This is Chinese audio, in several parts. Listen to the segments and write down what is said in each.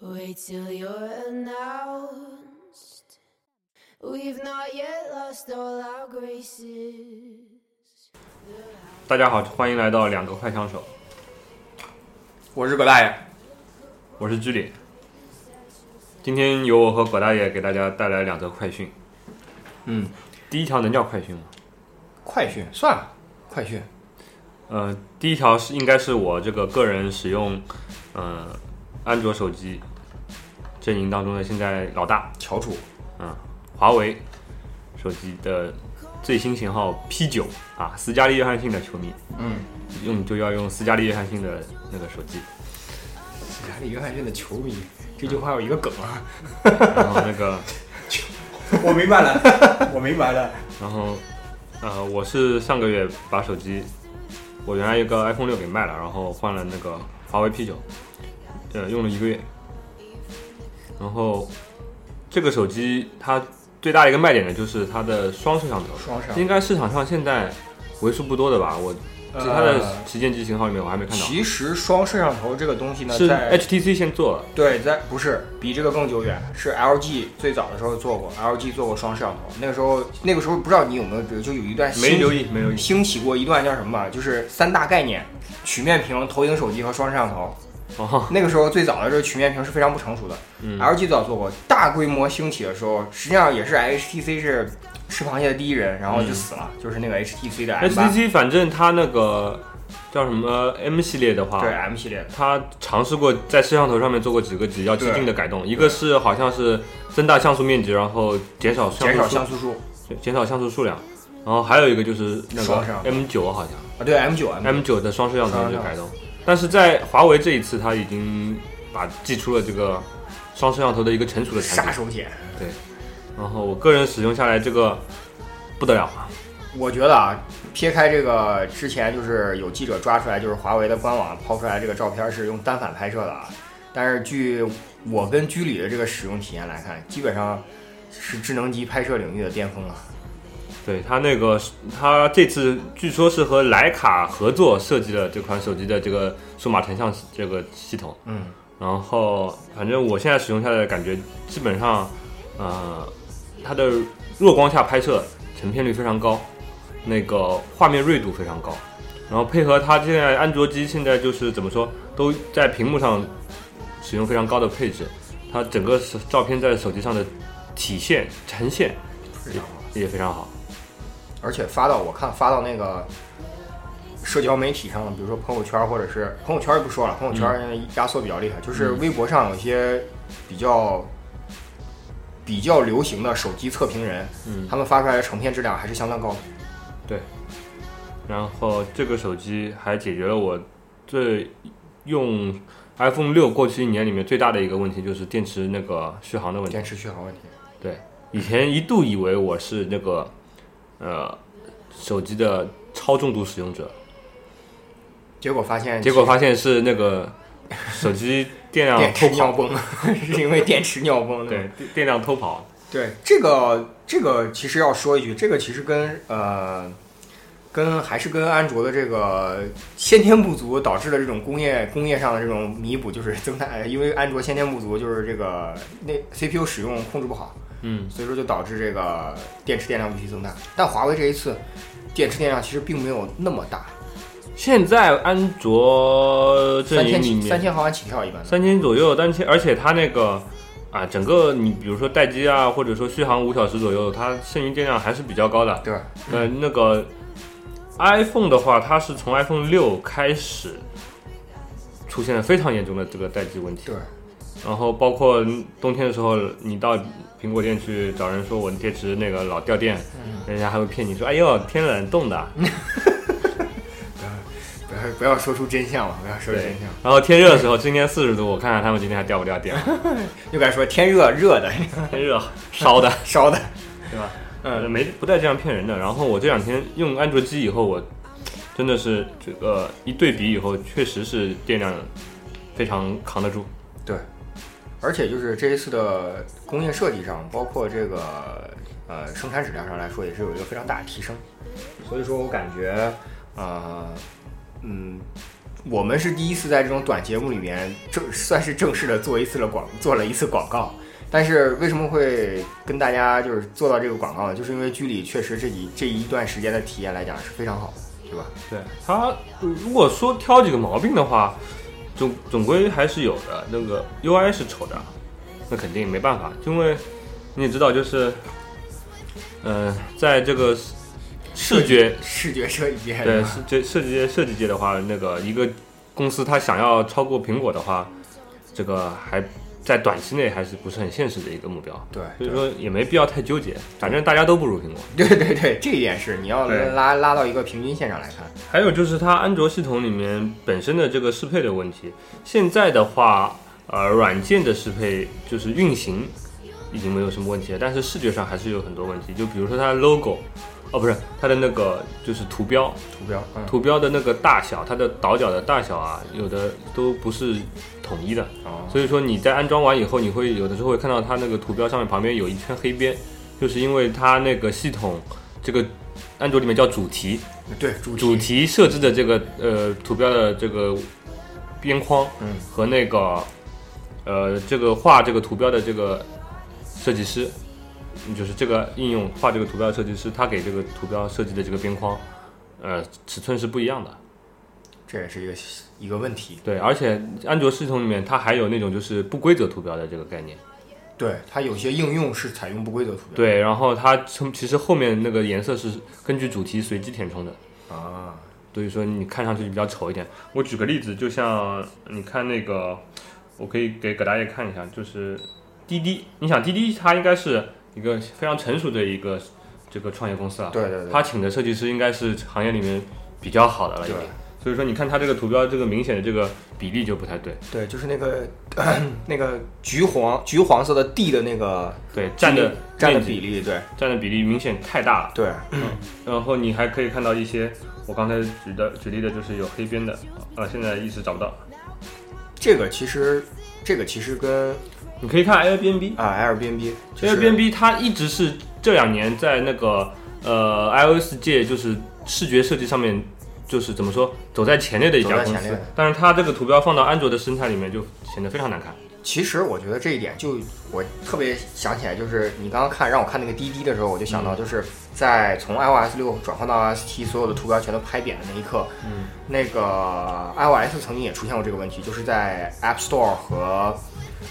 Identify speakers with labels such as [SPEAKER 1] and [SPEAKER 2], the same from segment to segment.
[SPEAKER 1] Wait till you're announced. We've not yet lost all our graces.
[SPEAKER 2] 大家好，欢迎来到两个快枪手，
[SPEAKER 3] 我是葛大爷，
[SPEAKER 2] 我是居里。今天由我和葛大爷给大家带来两则快讯。
[SPEAKER 3] 嗯，
[SPEAKER 2] 第一条能叫快讯吗？
[SPEAKER 3] 快讯算了，快讯，
[SPEAKER 2] 呃，第一条是应该是我这个个人使用，嗯、安卓手机阵营当中的现在老大，
[SPEAKER 3] 翘楚，
[SPEAKER 2] 嗯，华为手机的最新型号 P 9啊，斯嘉丽约翰逊的球迷
[SPEAKER 3] 嗯，
[SPEAKER 2] 用就要用斯嘉丽约翰逊的那个手机，
[SPEAKER 3] 斯嘉丽约翰逊的球迷，这句话有一个梗啊，
[SPEAKER 2] 然后那个。
[SPEAKER 3] 我明白了，我明白了，
[SPEAKER 2] 然后，呃，我是上个月把手机，我原来一个 iPhone 六给卖了，然后换了那个华为 P 9呃，用了一个月。然后，这个手机它最大的一个卖点呢，就是它的双摄像头，
[SPEAKER 3] 双闪，
[SPEAKER 2] 应该市场上现在为数不多的吧？我其他的
[SPEAKER 3] 呃
[SPEAKER 2] 旗舰机型号里面我还没看到，
[SPEAKER 3] 其实双摄像头这个东西呢，
[SPEAKER 2] 是哎
[SPEAKER 3] 在
[SPEAKER 2] HTC 先做了，
[SPEAKER 3] 对，在不是比这个更久远，是 LG 最早的时候做过，LG 做过双摄像头，那个时候那个时候不知道你有没有，就有一段
[SPEAKER 2] 没
[SPEAKER 3] 兴
[SPEAKER 2] 留意，没留意。
[SPEAKER 3] 兴起过一段叫什么吧，就是三大概念：曲面屏、投影手机和双摄像头。
[SPEAKER 2] 哦，
[SPEAKER 3] 那个时候最早的这个曲面屏是非常不成熟的、
[SPEAKER 2] 嗯
[SPEAKER 3] l g 早做过，大规模兴起的时候，实际上也是 HTC 是吃螃蟹的第一人，然后
[SPEAKER 2] 嗯
[SPEAKER 3] 就死了，就是那个 HTC 的 M 八，
[SPEAKER 2] HTC 反正它那个叫什么 M 系列的话，
[SPEAKER 3] 对 M 系列的，
[SPEAKER 2] 他尝试过在摄像头上面做过几个比较激进的改动，一个是好像是增大像素面积，然后减少像
[SPEAKER 3] 减
[SPEAKER 2] 素
[SPEAKER 3] 少
[SPEAKER 2] 数
[SPEAKER 3] 像素数
[SPEAKER 2] 减少像素数量，然后还有一个就是那个
[SPEAKER 3] 双摄像
[SPEAKER 2] M 9好像
[SPEAKER 3] 啊，对 M 九 M
[SPEAKER 2] M 9的双摄像头的改动，但是在华为这一次，它已经把寄出了这个双摄像头的一个成熟的产
[SPEAKER 3] 杀
[SPEAKER 2] 品，
[SPEAKER 3] 手锏。
[SPEAKER 2] 然后我个人使用下来这个不得了啊，
[SPEAKER 3] 我觉得啊，撇开这个之前就是有记者抓出来，就是华为的官网抛出来这个照片是用单反拍摄的啊，但是据我跟居里的这个使用体验来看，基本上是智能机拍摄领域的巅峰了。
[SPEAKER 2] 对它那个，它这次据说是和徕卡合作设计了这款手机的这个数码成像这个系统。
[SPEAKER 3] 嗯，
[SPEAKER 2] 然后反正我现在使用下来的感觉，基本上，呃，它的弱光下拍摄成片率非常高，那个画面锐度非常高，然后配合它现在安卓机现在就是怎么说，都在屏幕上使用非常高的配置，它整个手照片在手机上的体现呈现
[SPEAKER 3] 非常好。
[SPEAKER 2] 也非常好。
[SPEAKER 3] 而且发到我看发到那个社交媒体上，比如说朋友圈，或者是朋友圈就不说了，朋友圈因为压缩比较厉害，就是微博上有一些比较比较流行的手机测评人，
[SPEAKER 2] 嗯
[SPEAKER 3] 他们发出来的成片质量还是相当高的。
[SPEAKER 2] 然后这个手机还解决了我最用 iPhone 六过去一年里面最大的一个问题，就是电池那个续航的问题。
[SPEAKER 3] 电池续航问题，
[SPEAKER 2] 以前一度以为我是那个呃手机的超重度使用者，
[SPEAKER 3] 结果发现
[SPEAKER 2] 结果发现是那 个手机电量
[SPEAKER 3] 电
[SPEAKER 2] 偷
[SPEAKER 3] 池
[SPEAKER 2] 跑，
[SPEAKER 3] 尿崩， 是因为电池尿崩。
[SPEAKER 2] 对电电量偷跑，
[SPEAKER 3] 对，这个这个其实要说一句，这个其实跟呃，跟还是跟安卓的这个先天不足导致的这种工业工业上的这种弥补，就是 增大，因为安卓先天不足就是这个那 CPU 使用控制不好，
[SPEAKER 2] 嗯，
[SPEAKER 3] 所以说就导致这个电池电量问题增大。但华为这一次电池电量其实并没有那么大，
[SPEAKER 2] 现在安卓
[SPEAKER 3] 三
[SPEAKER 2] 阵营
[SPEAKER 3] 千
[SPEAKER 2] 里
[SPEAKER 3] 起
[SPEAKER 2] 面
[SPEAKER 3] 三千毫安起跳一般的。
[SPEAKER 2] 三千左右，但且而且它那个啊，整个你比如说待机啊，或者说续航五小时左右，它剩余电量还是比较高的。
[SPEAKER 3] 对，
[SPEAKER 2] 呃，那个 iPhone 的话，它是从 iPhone 六开始出现了非常严重的这个待机问题
[SPEAKER 3] 对。
[SPEAKER 2] 然后包括冬天的时候，你到苹果店去找人说我的电池那个老掉电，人家还会骗你说，哎呦天冷冻的，
[SPEAKER 3] 不要不要说出真相了，不要说出真相，
[SPEAKER 2] 然后天热的时候，今天四十度，我看看他们今天还掉不掉电，
[SPEAKER 3] 又该说天热热的
[SPEAKER 2] 天热烧的。
[SPEAKER 3] 烧的，
[SPEAKER 2] 对吧？
[SPEAKER 3] 嗯
[SPEAKER 2] 呃，没不带这样骗人的。然后我这两天用安卓机以后，我真的是这个一对比以后，确实是电量非常扛得住。
[SPEAKER 3] 而且就是这一次的工业设计上，包括这个呃生产质量上来说，也是有一个非常大的提升。所以说我感觉，呃，嗯，我们是第一次在这种短节目里面正算是正式的做一次了广做了一次广告，但是为什么会跟大家就是做到这个广告呢？就是因为剧里确实这几这一段时间的体验来讲是非常好的，对吧？
[SPEAKER 2] 对他，如果说挑几个毛病的话，总总归还是有的。那个 UI 是丑的，那肯定没办法，因为你也知道，就是，呃，在这个视觉
[SPEAKER 3] 视觉设计还
[SPEAKER 2] 对设这
[SPEAKER 3] 是
[SPEAKER 2] 设计界设计界的话，那个一个公司它想要超过苹果的话，这个还在短期内还是不是很现实的一个目标。
[SPEAKER 3] 对
[SPEAKER 2] 所以说也没必要太纠结，反正大家都不如苹果。
[SPEAKER 3] 对对对对，这一点是你要
[SPEAKER 2] 对
[SPEAKER 3] 拉拉到一个平均线上来看，
[SPEAKER 2] 还有就是它安卓系统里面本身的这个适配的问题，现在的话，呃，软件的适配就是运行已经没有什么问题了，但是视觉上还是有很多问题，就比如说它的 logo，哦，不是它的那个就是图标，
[SPEAKER 3] 图标，嗯，
[SPEAKER 2] 图标的那个大小，它的倒角的大小啊，有的都不是统一的，
[SPEAKER 3] 哦，
[SPEAKER 2] 所以说你在安装完以后，你会有的时候会看到它那个图标上面旁边有一圈黑边，就是因为它那个系统这个安卓里面叫主题，
[SPEAKER 3] 对主
[SPEAKER 2] 主题设置的这个呃图标的这个边框
[SPEAKER 3] 嗯
[SPEAKER 2] 和那个呃这个画这个图标的这个设计师，嗯就是这个应用画这个图标的设计师，他给这个图标设计的这个边框，呃尺寸是不一样的。
[SPEAKER 3] 这也是一个一个问题，
[SPEAKER 2] 对，而且安卓系统里面它还有那种就是不规则图标的这个概念。
[SPEAKER 3] 对它有些应用是采用不规则图标，
[SPEAKER 2] 对，然后它从其实后面那个颜色是根据主题随机填充的。
[SPEAKER 3] 啊，
[SPEAKER 2] 所以说你看上去比较丑一点。我举个例子，就像你看那个，我可以给葛大爷看一下，就是滴滴。你想滴滴它应该是一个非常成熟的一个这个创业公司啊，
[SPEAKER 3] 对对对
[SPEAKER 2] 它请的设计师应该是行业里面比较好的了，已经
[SPEAKER 3] 对。
[SPEAKER 2] 所以说你看它这个图标这个明显的这个比例就不太对，
[SPEAKER 3] 对，就是那个 那个橘黄橘黄色的 D 的那个
[SPEAKER 2] 对占的
[SPEAKER 3] 占的
[SPEAKER 2] 面积
[SPEAKER 3] 比例，对
[SPEAKER 2] 占的比例明显太大了。
[SPEAKER 3] 对，
[SPEAKER 2] 然后你还可以看到一些我刚才举的举例的就是有黑边的，啊，现在一时找不到。
[SPEAKER 3] 这个其实这个其实跟
[SPEAKER 2] 你可以看 Airbnb，
[SPEAKER 3] 啊 Airbnb 就是
[SPEAKER 2] Airbnb 它一直是这两年在那个呃 iOS 界就是视觉设计上面就是怎么说走在前列的一家
[SPEAKER 3] 走
[SPEAKER 2] 公
[SPEAKER 3] 在前
[SPEAKER 2] 司
[SPEAKER 3] 列，
[SPEAKER 2] 但是它这个图标放到安卓的生态里面就显得非常难看。
[SPEAKER 3] 其实我觉得这一点就我特别想起来，就是你刚刚看让我看那个滴滴的时候，我就
[SPEAKER 2] 嗯
[SPEAKER 3] 想到就是在从 iOS 六转换到 iOS 七，所有的图标全都拍扁的那一刻，
[SPEAKER 2] 嗯，
[SPEAKER 3] 那个 iOS 曾经也出现过这个问题，就是在 App Store 和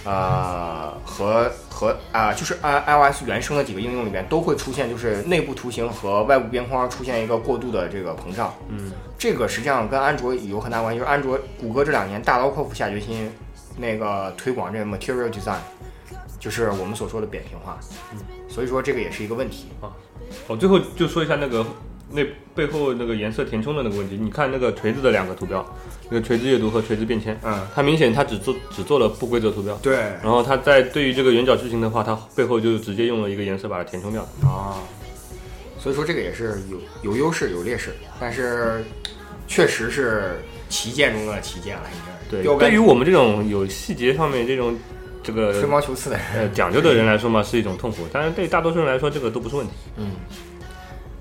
[SPEAKER 3] 呃和和啊、就是 i iOS 原生的几个应用里面都会出现，就是内部图形和外部边框出现一个过度的这个膨胀。
[SPEAKER 2] 嗯，
[SPEAKER 3] 这个实际上跟安卓有很大关系，就是安卓谷歌这两年大刀阔斧下决心那个推广这个 Material Design，就是我们所说的扁平化。
[SPEAKER 2] 嗯
[SPEAKER 3] 所以说这个也是一个问题。
[SPEAKER 2] 我哦最后就说一下那个那背后那个颜色填充的那个问题。你看那个锤子的两个图标，那个锤子阅读和锤子变迁，
[SPEAKER 3] 嗯，
[SPEAKER 2] 它明显它只做只做了不规则图标。
[SPEAKER 3] 对
[SPEAKER 2] 然后它在对于这个圆角矩形的话，它背后就直接用了一个颜色把它填充掉了。
[SPEAKER 3] 啊，所以说这个也是有有优势有劣势，但是确实是旗舰中的旗舰了，已经
[SPEAKER 2] 对
[SPEAKER 3] 是标，杆
[SPEAKER 2] 对于我们这种有细节方面这种这个
[SPEAKER 3] 吹毛求疵的人。
[SPEAKER 2] 呃，讲究的人来说嘛，是一种痛苦，但是对大多数人来说，这个都不是问题。
[SPEAKER 3] 嗯，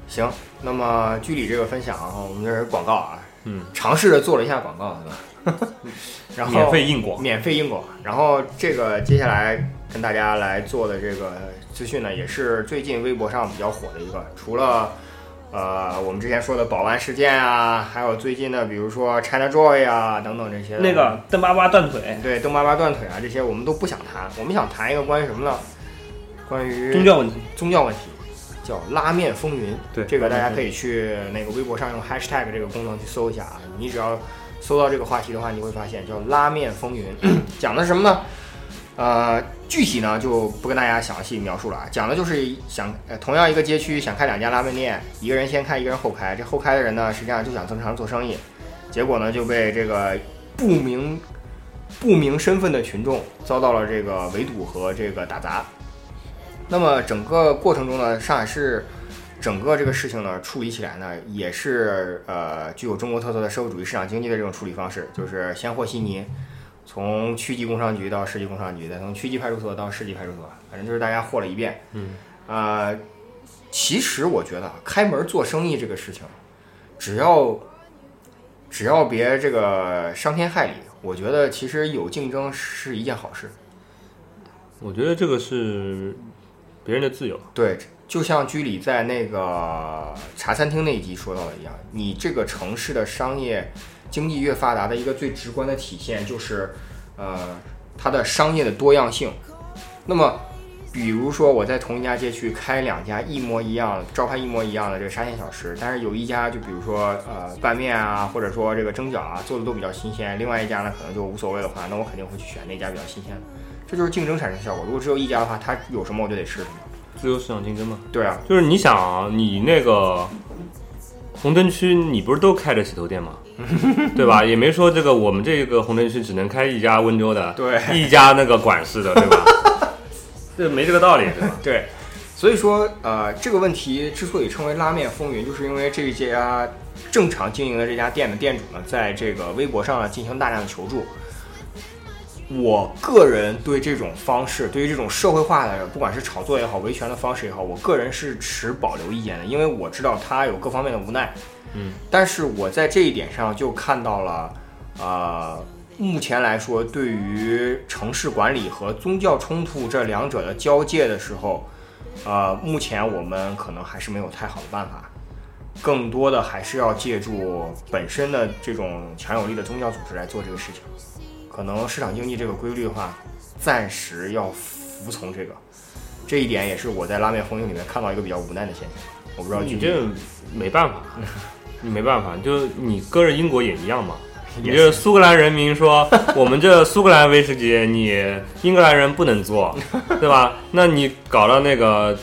[SPEAKER 3] 行，那么剧里这个分享啊，我们这是广告啊，
[SPEAKER 2] 嗯，
[SPEAKER 3] 尝试着做了一下广告，对吧？ 然后
[SPEAKER 2] 免费硬广，
[SPEAKER 3] 免费因果。然后这个接下来跟大家来做的这个资讯呢，也是最近微博上比较火的一个，除了。呃，我们之前说的保安事件啊，还有最近的，比如说 China Joy 啊等等这些，
[SPEAKER 4] 那个邓巴巴断腿，
[SPEAKER 3] 对邓巴巴断腿啊这些，我们都不想谈。我们想谈一个关于什么呢？关于
[SPEAKER 4] 宗教问题。
[SPEAKER 3] 宗教问题，叫拉面风云。
[SPEAKER 2] 对
[SPEAKER 3] 这个大家可以去那个微博上用 hashtag 这个功能去搜一下啊。你只要搜到这个话题的话，你会发现叫拉面风云，讲的是什么呢？呃，具体呢就不跟大家详细描述了啊，讲的就是想、呃、同样一个街区想开两家拉面店，一个人先开，一个人后开。这后开的人呢，实际上就想正常做生意，结果呢就被这个不明不明身份的群众遭到了这个围堵和这个打砸。那么整个过程中呢，上海市整个这个事情呢处理起来呢，也是呃具有中国特色的社会主义市场经济的这种处理方式，就是先和稀泥，从区级工商局到市级工商局，再从区级派出所到市级派出所，反正就是大家和了一遍。
[SPEAKER 2] 嗯，
[SPEAKER 3] 呃，其实我觉得啊开门做生意这个事情，只要只要别这个伤天害理，我觉得其实有竞争是一件好事。
[SPEAKER 2] 我觉得这个是别人的自由，
[SPEAKER 3] 对，就像居里在那个茶餐厅那一集说到的一样，你这个城市的商业经济越发达的一个最直观的体现就是，呃，它的商业的多样性。那么，比如说我在同一家街区开两家一模一样、招牌一模一样的这个沙县小吃，但是有一家就比如说呃拌面啊，或者说这个蒸饺啊做的都比较新鲜，另外一家呢可能就无所谓的话，那我肯定会去选那家比较新鲜的。这就是竞争产生效果。如果只有一家的话，它有什么我就得吃什么。
[SPEAKER 2] 自由市场竞争嘛。
[SPEAKER 3] 对啊，
[SPEAKER 2] 就是你想啊，你那个红灯区，你不是都开着洗头店吗？对吧？也没说这个我们这个红灯区只能开一家温州的，
[SPEAKER 3] 对
[SPEAKER 2] 一家那个管式的，对吧？这没这个道理，对吧？
[SPEAKER 3] 对，所以说呃，这个问题之所以称为拉面风云，就是因为这家正常经营的这家店的店主呢，在这个微博上呢进行大量的求助。我个人对这种方式，对于这种社会化的，不管是炒作也好，维权的方式也好，我个人是持保留意见的，因为我知道他有各方面的无奈。
[SPEAKER 2] 嗯，
[SPEAKER 3] 但是我在这一点上就看到了，呃，目前来说，对于城市管理和宗教冲突这两者的交界的时候，呃，目前我们可能还是没有太好的办法，更多的还是要借助本身的这种强有力的宗教组织来做这个事情。可能市场经济这个规律的话，暂时要服从这个，这一点也是我在拉面风云里面看到一个比较无奈的现象。我不知道
[SPEAKER 2] 你
[SPEAKER 3] 具体
[SPEAKER 2] 这没办 法，你没办法，就你搁着英国也一样 嘛。你
[SPEAKER 3] 也
[SPEAKER 2] 这苏格兰人民 说，我们这苏格兰威士忌，你英格兰人不能做，对吧？那你搞到那个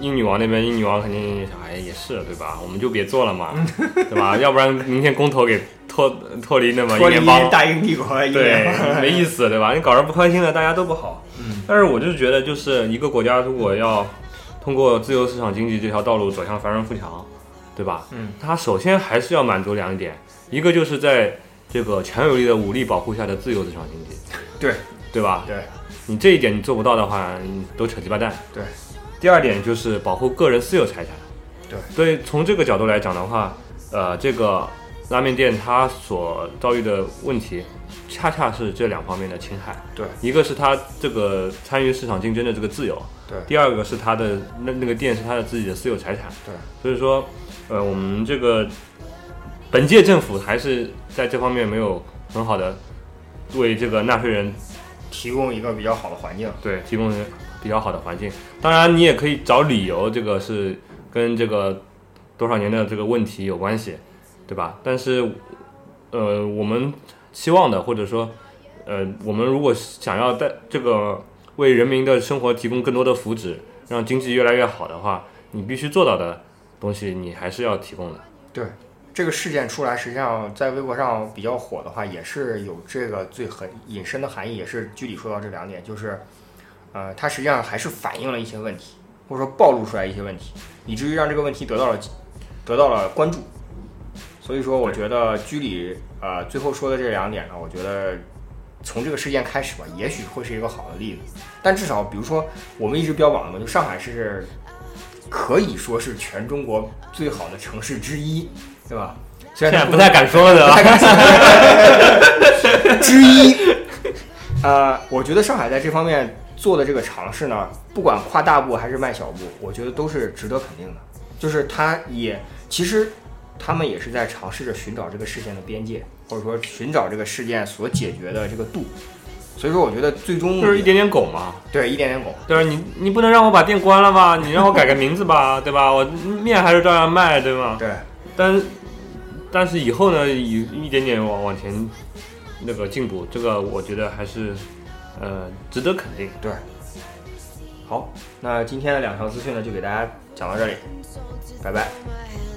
[SPEAKER 2] 英女王那边，英女王肯定想，哎，也是，对吧？我们就别做了嘛，对 吧？要不然明天公投给脱脱离那么一
[SPEAKER 3] 脱离
[SPEAKER 2] 联邦，
[SPEAKER 3] 大英帝国，一
[SPEAKER 2] 对
[SPEAKER 3] 年，吧
[SPEAKER 2] 没意思，对吧？你搞人不开心了，大家都不好。
[SPEAKER 3] 嗯，
[SPEAKER 2] 但是我就是觉得，就是一个国家如果要通过自由市场经济这条道路走向繁荣富强，对吧？
[SPEAKER 3] 嗯，
[SPEAKER 2] 它首先还是要满足两点，一个就是在这个强有力的武力保护下的自由市场经济，
[SPEAKER 3] 对
[SPEAKER 2] 对吧？
[SPEAKER 3] 对
[SPEAKER 2] 你这一点你做不到的话，你都扯鸡巴蛋。
[SPEAKER 3] 对，
[SPEAKER 2] 第二点就是保护个人私有财产。
[SPEAKER 3] 对，
[SPEAKER 2] 所以从这个角度来讲的话，呃，这个拉面店它所遭遇的问题，恰恰是这两方面的侵害。
[SPEAKER 3] 对，
[SPEAKER 2] 一个是它这个参与市场竞争的这个自由，
[SPEAKER 3] 对
[SPEAKER 2] 第二个是它的那那个店是它的自己的私有财产。
[SPEAKER 3] 对，
[SPEAKER 2] 所以说，呃，我们这个本届政府还是在这方面没有很好的为这个纳税人
[SPEAKER 3] 提供一个比较好的环境。
[SPEAKER 2] 对，提供比较好的环境。当然，你也可以找理由，这个是跟这个多少年的这个问题有关系，对吧？但是，呃，我们期望的，或者说，呃，我们如果想要在这个为人民的生活提供更多的福祉，让经济越来越好的话，你必须做到的东西，你还是要提供的。
[SPEAKER 3] 对，这个事件出来，实际上在微博上比较火的话，也是有这个最很引申的含义，也是具体说到这两点，就是，呃，它实际上还是反映了一些问题，或者说暴露出来一些问题，以至于让这个问题得到了得到了关注。所以说，我觉得居里呃最后说的这两点呢，我觉得从这个事件开始吧，也许会是一个好的例子。但至少，比如说我们一直标榜的嘛，就上海是可以说是全中国最好的城市之一，对吧？虽
[SPEAKER 2] 现
[SPEAKER 3] 然
[SPEAKER 2] 在
[SPEAKER 3] 它
[SPEAKER 2] 不太敢说了，对吧？
[SPEAKER 3] 之一。呃，我觉得上海在这方面做的这个尝试呢，不管跨大步还是迈小步，我觉得都是值得肯定的。就是他也其实他们也是在尝试着寻找这个事件的边界，或者说寻找这个事件所解决的这个度。所以说，我觉得最终
[SPEAKER 2] 就是一点点拱嘛。
[SPEAKER 3] 对一点点拱，
[SPEAKER 2] 对吧？你你不能让我把店关了吧？你让我改个名字吧，对吧？我面还是照样卖，对吗？
[SPEAKER 3] 对
[SPEAKER 2] 但但是以后呢，一一点点往往前那个进步，这个我觉得还是呃值得肯定。
[SPEAKER 3] 对。好，那今天的两条资讯呢，就给大家讲到这里，拜拜。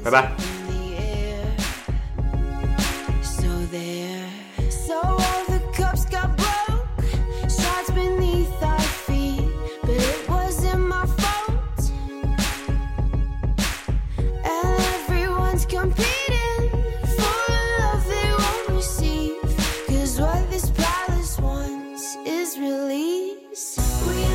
[SPEAKER 2] 拜拜。
[SPEAKER 1] So there. So all the cups got broke, shards beneath our feet. But it wasn't my fault. And everyone's competing for a love they won't receive. Cause what this palace wants is release. We